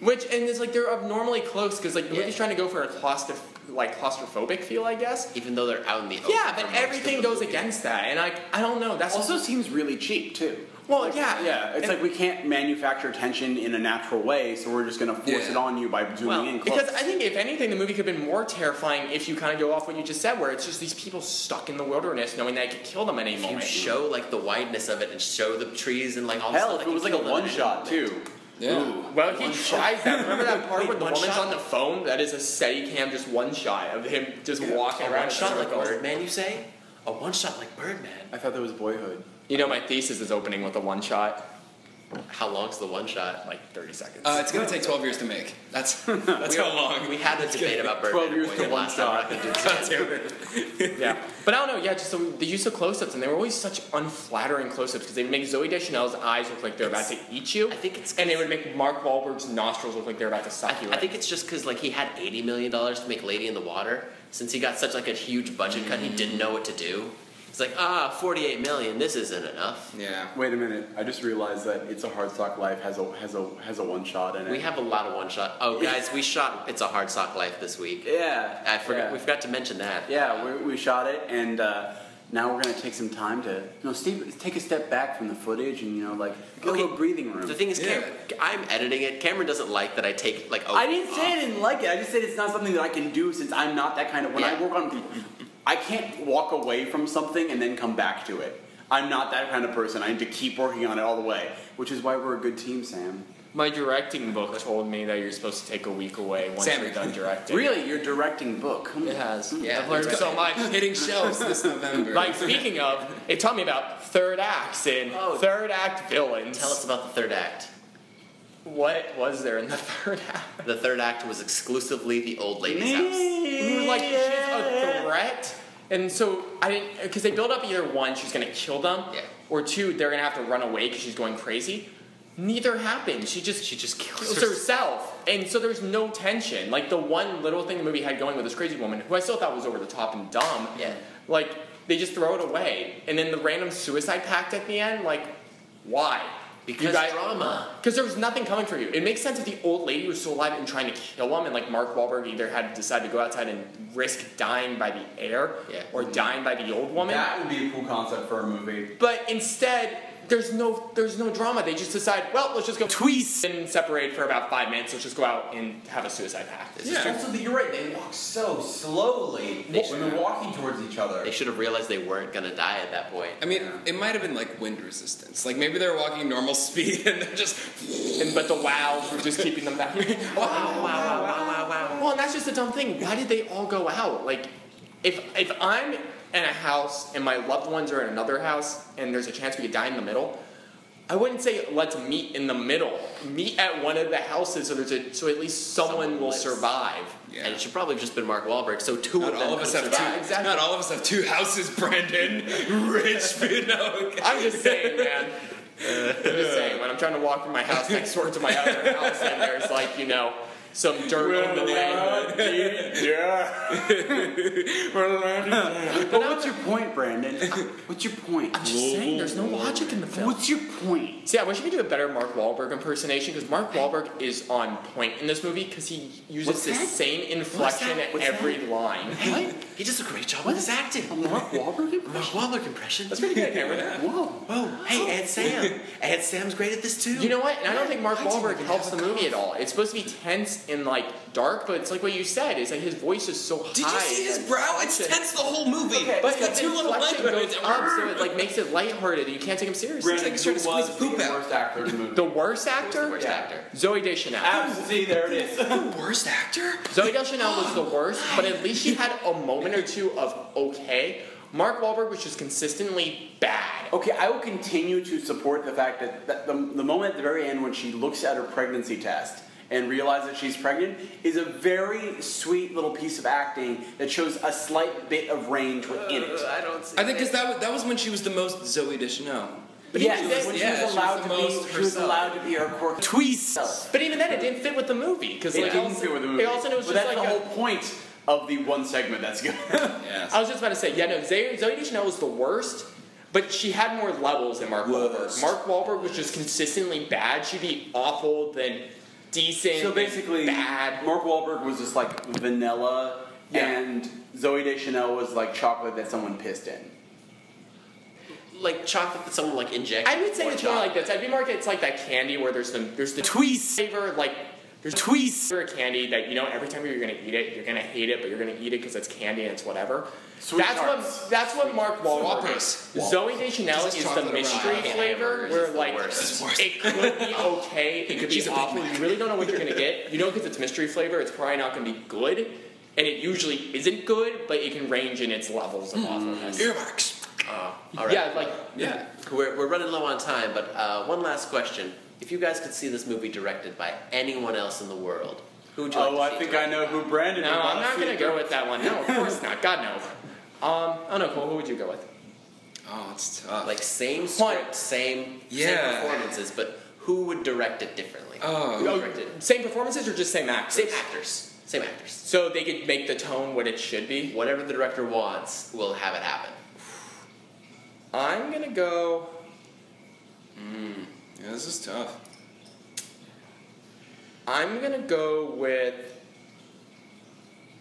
Speaker 3: Which and it's like they're abnormally close because like the
Speaker 1: Yeah.
Speaker 3: movie's trying to go for a claustroph- like claustrophobic feel, I guess.
Speaker 1: Even though they're out in the open.
Speaker 3: Yeah,
Speaker 1: Oh, for
Speaker 3: but
Speaker 1: most of
Speaker 3: everything
Speaker 1: the
Speaker 3: goes
Speaker 1: movie.
Speaker 3: against that, and I I don't know. That's
Speaker 2: Also, seems really cheap too.
Speaker 3: well, yeah,
Speaker 2: Yeah, it's
Speaker 3: And-
Speaker 2: like we can't manufacture tension in a natural way, so we're just gonna force
Speaker 4: Yeah.
Speaker 2: it on you by zooming
Speaker 1: Well,
Speaker 2: in close.
Speaker 3: Because I think, if anything, the movie could have been more terrifying if you kind of go off what you just said, where it's just these people stuck in the wilderness, knowing that I could kill them at any
Speaker 1: If you
Speaker 3: moment.
Speaker 1: show like the wideness of it and show the trees and like all
Speaker 2: Hell,
Speaker 1: the
Speaker 2: if
Speaker 1: stuff.
Speaker 2: it was like a one shot too.
Speaker 4: Yeah.
Speaker 3: Well, he tries that.
Speaker 1: <laughs>
Speaker 3: Remember that part
Speaker 1: Wait,
Speaker 3: where the
Speaker 1: one
Speaker 3: woman's
Speaker 1: shot?
Speaker 3: on the phone? That is a Steadicam, just one shot of him just walking
Speaker 1: A
Speaker 3: around.
Speaker 1: one shot like
Speaker 3: in circles.
Speaker 1: Birdman, you say? A one shot like Birdman.
Speaker 2: I thought that was Boyhood.
Speaker 3: You know, my thesis is opening with a one shot,
Speaker 1: How long's the one shot?
Speaker 3: like
Speaker 2: <laughs>
Speaker 3: 30 seconds.
Speaker 4: Uh, it's gonna take 12 years to make. <laughs> That's that's how long.
Speaker 1: We had a debate about
Speaker 2: 12
Speaker 1: Birdman. and
Speaker 2: years to
Speaker 1: Boyhood
Speaker 2: one
Speaker 1: last time. We're not gonna do
Speaker 2: <laughs>
Speaker 1: this again. <laughs>
Speaker 3: yeah. But I don't know, yeah, just the, the use of close ups, and they were always such unflattering close ups because they make Zoe Deschanel's eyes look like they're about to eat you.
Speaker 1: I think it's-
Speaker 3: And they would make Mark Wahlberg's nostrils look like they're about to
Speaker 1: I,
Speaker 3: suck you
Speaker 1: I
Speaker 3: in.
Speaker 1: think it's just because like he had eighty million dollars to make Lady in the Water. Since he got such like a huge budget cut, he didn't know what to do. He's like, ah, forty-eight million. This isn't enough.
Speaker 4: Yeah.
Speaker 2: Wait a minute, I just realized that it's a hard sock life has a has a has a one shot in it.
Speaker 1: We have a lot of one shot. Oh, guys, we shot. It's a hard sock life this week.
Speaker 2: yeah,
Speaker 1: I forgot.
Speaker 2: Yeah.
Speaker 1: We forgot to mention that.
Speaker 2: Yeah, we, we shot it, and uh, now we're gonna take some time to you know Steve, take a step back from the footage, and you know like get a
Speaker 1: Okay.
Speaker 2: little breathing room.
Speaker 1: The thing is,
Speaker 4: Yeah.
Speaker 1: Cam- I'm editing it. Cameron doesn't like that I take like. a- Oh,
Speaker 2: I didn't say I didn't like it. I just said it's not something that I can do since I'm not that kind of. When I
Speaker 1: Yeah.
Speaker 2: work on, I can't walk away from something and then come back to it. I'm not that kind of person. I need to keep working on it all the way, which is why we're a good team, Sam.
Speaker 3: my directing book told me that you're supposed to take a week away once
Speaker 4: Sam.
Speaker 3: you're <laughs> done directing.
Speaker 2: Really, your directing book. Come
Speaker 3: It
Speaker 2: on.
Speaker 3: has.
Speaker 1: Yeah,
Speaker 3: I've learned
Speaker 1: it's
Speaker 3: so much.
Speaker 4: Hitting
Speaker 3: <laughs>
Speaker 4: shelves this <laughs> November.
Speaker 3: Like speaking of, it taught me about third acts and
Speaker 1: Oh.
Speaker 3: third act villains.
Speaker 1: Tell us about the third act.
Speaker 3: what was there in the <laughs> third act?
Speaker 1: The third act was exclusively the old lady's house.
Speaker 3: Who, Like she's a threat, and so I didn't because they build up either one, she's gonna kill them,
Speaker 1: Yeah.
Speaker 3: or two, they're gonna have to run away because she's going crazy. Neither happened. She just
Speaker 1: She just kills
Speaker 3: kills
Speaker 1: herself.
Speaker 3: herself, and so there's no tension. Like the one little thing the movie had going with this crazy woman, who I still thought was over the top and dumb.
Speaker 1: Yeah.
Speaker 3: Like they just throw it away, and then the random suicide pact at the end. Like, why?
Speaker 1: Because
Speaker 3: you guys,
Speaker 1: drama.
Speaker 3: Because there was nothing coming for you. It makes sense if the old lady was still alive and trying to kill him, and like Mark Wahlberg either had to decide to go outside and risk dying by the air
Speaker 1: Yeah.
Speaker 3: or dying by the old woman.
Speaker 5: that would be a cool concept for a movie.
Speaker 3: But instead, there's no there's no drama. They just decide, well, let's just go tweet and separate for about five minutes. Let's just go out and have a suicide pact.
Speaker 4: Yeah.
Speaker 5: Also, that you're right. They walk so slowly
Speaker 1: They
Speaker 5: when they're walking towards each other.
Speaker 1: They should have realized they weren't gonna die at that point.
Speaker 4: I mean, it might have been like wind resistance. Like maybe they're walking normal <laughs> speed and they're just
Speaker 3: And but the wows were just keeping them back. <laughs>
Speaker 1: Wow! Wow! Wow! Wow! Wow! Wow!
Speaker 3: Well, and that's just a dumb thing. Why did they all go out? Like, if if I'm in a house and my loved ones are in another house, and there's a chance we could die in the middle, I wouldn't say let's meet in the middle. Meet at one of the houses, so there's a so at least someone,
Speaker 1: Someone
Speaker 3: will
Speaker 1: lives.
Speaker 3: survive.
Speaker 4: Yeah.
Speaker 1: And it should probably have just been Mark Wahlberg. So two
Speaker 4: Not
Speaker 1: of them
Speaker 4: all of
Speaker 1: could
Speaker 4: us have
Speaker 1: survive.
Speaker 4: two.
Speaker 3: exactly.
Speaker 4: Not all of us have two houses, Brandon. <laughs> Rich, you know.
Speaker 3: I'm just saying,
Speaker 1: <laughs>
Speaker 3: man. I'm just saying. When I'm trying to walk from my house next door to my other house, and there's like you know some dirt in the way.
Speaker 2: But what's your point, Brandon? What's your point?
Speaker 3: I'm just saying, there's no logic in the film.
Speaker 2: What's your point?
Speaker 3: See, I wish we could do a better Mark Wahlberg impersonation because Mark Wahlberg is on point in this movie because he uses
Speaker 2: What's
Speaker 3: the
Speaker 2: that?
Speaker 3: same inflection
Speaker 1: that?
Speaker 3: at
Speaker 1: What's
Speaker 3: every line.
Speaker 1: What? He does a great job with his acting.
Speaker 2: A Mark Wahlberg
Speaker 1: Mark
Speaker 2: impression?
Speaker 1: Wahlberg impression.
Speaker 3: That's pretty good, Cameron.
Speaker 2: Whoa.
Speaker 1: Whoa! Hey, Aunt Sam. Aunt Sam's great at this too.
Speaker 3: <laughs> You know what? And I don't think Mark
Speaker 1: I didn't
Speaker 3: Wahlberg
Speaker 1: even
Speaker 3: helps
Speaker 1: have
Speaker 3: the
Speaker 1: a
Speaker 3: movie at all. It's supposed to be tense tense and like dark, but it's like what you said. It's like his voice is so high.
Speaker 4: Did you see his
Speaker 3: and
Speaker 4: brow? It's
Speaker 3: inflection.
Speaker 4: tense the whole movie.
Speaker 3: But
Speaker 4: it's got
Speaker 3: his
Speaker 4: two little lines
Speaker 3: inflection goes up, so it like makes it lighthearted, and you can't take him seriously.
Speaker 4: Brandon,
Speaker 3: It's
Speaker 4: who
Speaker 3: like trying to
Speaker 4: was
Speaker 3: squeeze
Speaker 4: poop
Speaker 2: the
Speaker 4: out.
Speaker 2: worst actor in the movie.
Speaker 3: The worst actor?
Speaker 1: the worst actor?
Speaker 3: Zoe Deschanel.
Speaker 2: See, there it is.
Speaker 4: the worst actor.
Speaker 3: Zoe Deschanel was the worst, but at least she had a moment or two of okay. Mark Wahlberg was just consistently bad.
Speaker 2: <laughs> Okay, I will continue to support the fact that, that the, the moment at the very end when she looks at her pregnancy test and realizes that she's pregnant is a very sweet little piece of acting that shows a slight bit of range within it.
Speaker 1: I don't see.
Speaker 4: I think because that was, that was when she was the most Zoe Deschanel.
Speaker 2: But
Speaker 3: even
Speaker 2: yes,
Speaker 3: then-
Speaker 2: when
Speaker 4: yeah,
Speaker 2: she
Speaker 4: she was
Speaker 2: was allowed
Speaker 4: the
Speaker 2: to be,
Speaker 4: most
Speaker 2: she was
Speaker 4: herself.
Speaker 2: allowed to be her quirky self.
Speaker 3: But even then, it didn't fit with the movie because
Speaker 2: It
Speaker 3: like all
Speaker 2: didn't
Speaker 3: of a
Speaker 2: fit with the
Speaker 3: sudden-
Speaker 2: movie.
Speaker 3: All of a sudden, it was
Speaker 2: but
Speaker 3: just
Speaker 2: that's
Speaker 3: like
Speaker 2: the
Speaker 3: a-
Speaker 2: whole point of the one segment that's good.
Speaker 4: Yes.
Speaker 3: I was just about to say, yeah, no, Zoe, Zoe Deschanel was the worst, but she had more levels than Mark Wahlberg.
Speaker 4: Worst.
Speaker 3: Mark Wahlberg was just consistently bad. She'd be awful, then decent,
Speaker 2: so
Speaker 3: then
Speaker 2: basically,
Speaker 3: bad.
Speaker 2: Mark Wahlberg was just like vanilla,
Speaker 3: Yeah.
Speaker 2: and Zoe Deschanel was like chocolate that someone pissed in.
Speaker 1: like chocolate that someone like injected.
Speaker 3: I would say
Speaker 1: before
Speaker 3: it's more like
Speaker 1: chocolate.
Speaker 3: this. I'd be more like it's like that candy where there's the there's the
Speaker 2: Tweez.
Speaker 3: flavor like there's tweez flavor of candy that you know every time you're gonna eat it you're gonna hate it but you're gonna eat it because it's candy and it's whatever.
Speaker 2: Sweet
Speaker 3: that's
Speaker 2: tarts.
Speaker 3: what that's what Mark Wahlberg
Speaker 4: Whoppers.
Speaker 3: is. Zoe Deschanel
Speaker 4: Jesus,
Speaker 3: is the
Speaker 4: chocolate
Speaker 3: mystery
Speaker 1: around.
Speaker 3: flavor
Speaker 1: Hamburgers
Speaker 3: where
Speaker 1: is the
Speaker 3: like
Speaker 1: worst.
Speaker 4: It's worse.
Speaker 3: it could be okay, it could
Speaker 4: She's
Speaker 3: be
Speaker 4: a Big
Speaker 3: awful.
Speaker 4: Mac.
Speaker 3: You really don't know what you're gonna get. You know because it's mystery flavor, it's probably not gonna be good. And it usually isn't good, but it can range in its levels of awfulness.
Speaker 4: Earmarks.
Speaker 1: Oh, all right.
Speaker 3: Yeah, like
Speaker 4: Mm. Yeah.
Speaker 1: We're, we're running low on time, but uh, one last question. If you guys could see this movie directed by anyone else in the world, who would you like
Speaker 2: Oh,
Speaker 1: to
Speaker 2: I
Speaker 1: see it
Speaker 2: think I
Speaker 1: directed?
Speaker 2: know who Brandon.
Speaker 3: No,
Speaker 2: would
Speaker 3: I'm
Speaker 2: wanna
Speaker 3: not
Speaker 2: see
Speaker 3: gonna
Speaker 2: it
Speaker 3: go with that
Speaker 1: <laughs>
Speaker 3: one. No, of course not. God no. Um, I don't know, Cole. Who would you go with?
Speaker 4: Oh, it's tough.
Speaker 1: Like, same
Speaker 3: Point.
Speaker 1: script, same,
Speaker 4: Yeah.
Speaker 1: same performances, but who would direct it differently?
Speaker 4: Oh.
Speaker 1: Who directed it?
Speaker 3: Same performances or just same actors?
Speaker 1: Same actors. Same actors.
Speaker 3: So they could make the tone what it should be.
Speaker 1: Whatever the director wants, we'll have it happen.
Speaker 3: I'm gonna go.
Speaker 4: yeah, this is tough.
Speaker 3: I'm gonna go with. <sighs>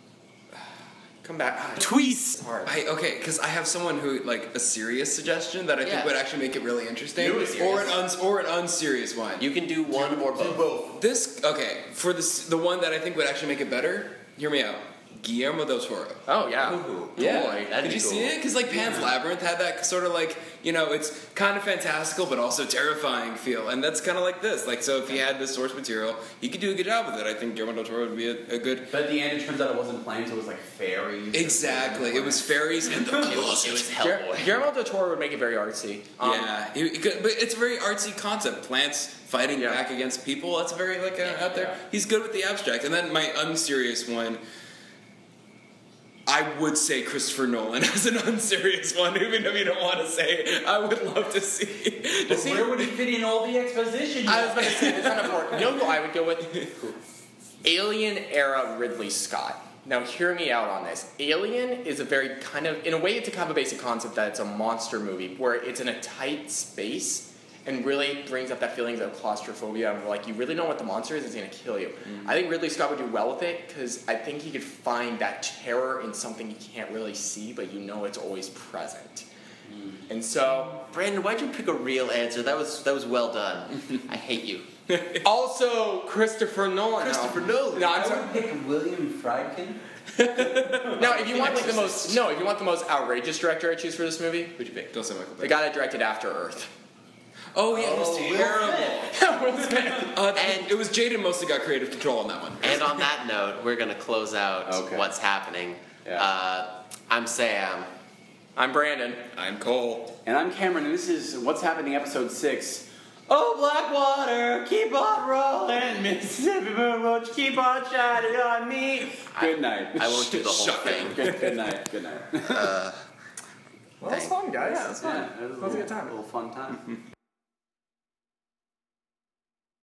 Speaker 3: Come back. <sighs> Ah,
Speaker 2: Tweez.
Speaker 3: it's hard.
Speaker 4: I okay, because I have someone who like a serious suggestion that I think
Speaker 1: Yeah.
Speaker 4: would actually make it really interesting,
Speaker 1: Do it
Speaker 4: or
Speaker 1: serious.
Speaker 4: an uns- or an unserious one.
Speaker 1: You can do one or both.
Speaker 4: This okay for this the one that I think would actually make it better. Hear me out, Guillermo del Toro.
Speaker 3: Oh yeah.
Speaker 4: Yeah,
Speaker 1: Boy, that'd
Speaker 4: did
Speaker 1: be
Speaker 4: you see
Speaker 1: cool.
Speaker 4: it? Because like Pan's Labyrinth had that sort of like you know it's kind of fantastical but also terrifying feel, and that's kind of like this. Like so, if he had this source material, he could do a good job with it. I think Guillermo del Toro would be a, a good.
Speaker 5: But at the end, it turns out it wasn't planned, so it was like fairies.
Speaker 4: Exactly, it was fairies and <laughs> the
Speaker 1: It was, it was
Speaker 3: Guer-
Speaker 1: Hellboy.
Speaker 3: Guillermo del Toro would make it very artsy. Um,
Speaker 4: yeah, he- he could- but it's a very artsy concept. Plants fighting
Speaker 3: Yeah.
Speaker 4: back against people. That's very like uh, out there. He's good with the abstract. And then my unserious one. I would say Christopher Nolan <laughs> as an unserious one, even if you don't want to say. it. I would love to see. To see
Speaker 5: Where would he fit in all the exposition?
Speaker 3: I was about to say it's not important. You know who I would go with? Alien era Ridley Scott. Now hear me out on this. Alien is a very kind of in a way it's a kind of a basic concept that it's a monster movie where it's in a tight space and really brings up that feeling of claustrophobia and like you really know what the monster is it's going to kill you. I think Ridley Scott would do well with it cuz I think he could find that terror in something you can't really see but you know it's always present. And so
Speaker 1: Brandon, why'd you pick a real answer? That was that was well done. <laughs> I hate you.
Speaker 3: also Christopher Nolan.
Speaker 1: Christopher Nolan.
Speaker 3: No, I'm
Speaker 5: I
Speaker 3: sorry.
Speaker 5: would pick William Friedkin.
Speaker 3: No, if you want like the most no, if you want the most outrageous director I choose for this movie,
Speaker 4: Who'd you pick? Don't say Michael
Speaker 3: the
Speaker 4: Bay.
Speaker 3: guy that directed After Earth.
Speaker 4: oh yeah, it was
Speaker 5: Will
Speaker 4: terrible.
Speaker 5: Smith.
Speaker 4: <laughs> Uh,
Speaker 1: And-
Speaker 4: it was Jaden mostly got creative control on that one.
Speaker 1: And on that note, we're gonna close out
Speaker 2: Okay.
Speaker 1: what's happening.
Speaker 2: Yeah.
Speaker 1: Uh, I'm Sam.
Speaker 3: I'm Brandon.
Speaker 4: I'm Cole.
Speaker 2: And I'm Cameron, and this is What's Happening, Episode 6. Oh, Blackwater, keep on rolling, Mississippi Moon, won't you keep on shining on me? Good night.
Speaker 1: I won't do the whole
Speaker 4: Shocker.
Speaker 1: thing.
Speaker 2: good, good night, good night.
Speaker 3: Well, that was fun, guys.
Speaker 2: That's fine. That was a
Speaker 3: was a
Speaker 2: little-
Speaker 3: good time.
Speaker 2: little fun time.